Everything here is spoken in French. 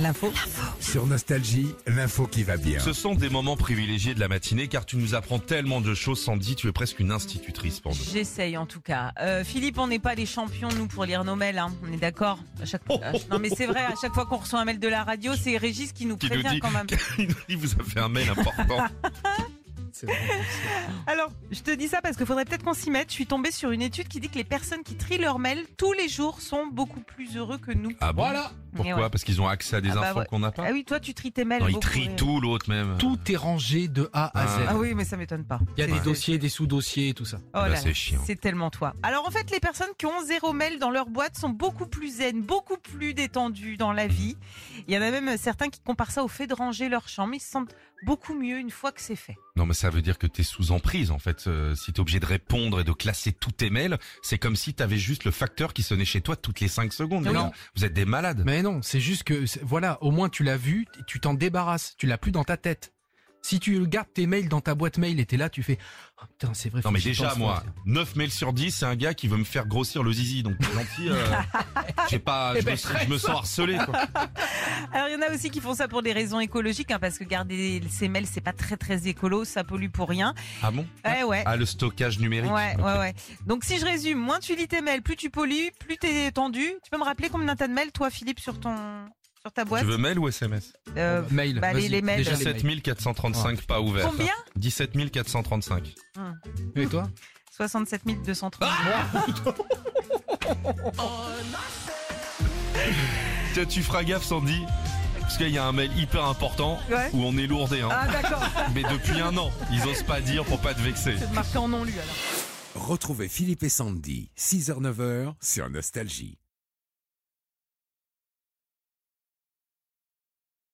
L'info. Sur Nostalgie, l'info qui va Hein. bien. Ce sont des moments privilégiés de la matinée car tu nous apprends tellement de choses, Sandy, tu es presque une institutrice pour nous. J'essaye en tout cas. Euh, Philippe, on n'est pas les champions, nous, pour lire nos mails, hein. on est d'accord À chaque- euh, Non, mais c'est vrai, à chaque fois qu'on reçoit un mail de la radio, c'est Régis qui nous Qui nous prévient dit, quand même. il nous dit, vous avez un mail important. Alors, je te dis ça parce qu'il faudrait peut-être qu'on s'y mette. Je suis tombée sur une étude qui dit que les personnes qui trient leurs mails tous les jours sont beaucoup plus heureux que nous. Ah bon Voilà. Pourquoi Eh ouais. Parce qu'ils ont accès à des Ah bah infos ouais. qu'on n'a pas Ah oui, toi, tu tries tes mails. Non, ils beaucoup, trient ouais. tout, l'autre même. Tout est rangé de A à Z. Ah oui, mais ça m'étonne pas. Il y a C'est- des dossiers, des sous-dossiers, tout ça. Oh Ah bah, là là, c'est chiant. C'est tellement toi. Alors en fait, les personnes qui ont zéro mail dans leur boîte sont beaucoup plus zen, beaucoup plus détendues dans la vie. Il y en a même certains qui comparent ça au fait de ranger leur chambre. Ils se sentent beaucoup mieux une fois que c'est fait. Non, mais ça veut dire que t'es sous emprise, en fait. Euh, si t'es obligé de répondre et de classer tous tes mails, c'est comme si t'avais juste le facteur qui sonnait chez toi toutes les 5 secondes. Non. Les gars. Vous êtes des malades. Mais non, c'est juste que, c'est- voilà, au moins tu l'as vu, t- tu t'en débarrasses, tu l'as plus dans ta tête. Si tu gardes tes mails dans ta boîte mail et t'es là, tu fais, oh, putain, c'est vrai. Non faut mais que j'y déjà pense, moi, faut- 9 mails sur 10, c'est un gars qui veut me faire grossir le zizi, donc t'es gentil, euh, j'ai pas, Eh je, ben, me, sens- je me sens harcelé. Quoi. Alors il y en a aussi qui font ça pour des raisons écologiques, hein, parce que garder ses mails, c'est pas très très écolo, ça pollue pour rien. Ah bon Ouais, ouais. Ah le stockage numérique. Ouais, Ok. ouais, ouais. Donc si je résume, moins tu lis tes mails, plus tu pollues, plus t'es tendu. Tu peux me rappeler combien t'as de mails, toi, Philippe, sur ton, sur ta boîte Tu veux mail ou SMS Euh, Mail, bah, les- vas-y, les mails. déjà les 17 435 pas ouverts. Combien 17 435. mails. Et toi 67 230. Ah Tiens, tu feras gaffe Sandy, parce qu'il y a un mail hyper important Ouais. où on est lourdé. Hein. Ah d'accord, Mais depuis un an, ils osent pas dire pour pas te vexer. c'est marqué en non-lu alors. Retrouvez Philippe et Sandy, 6h-9h sur Nostalgie.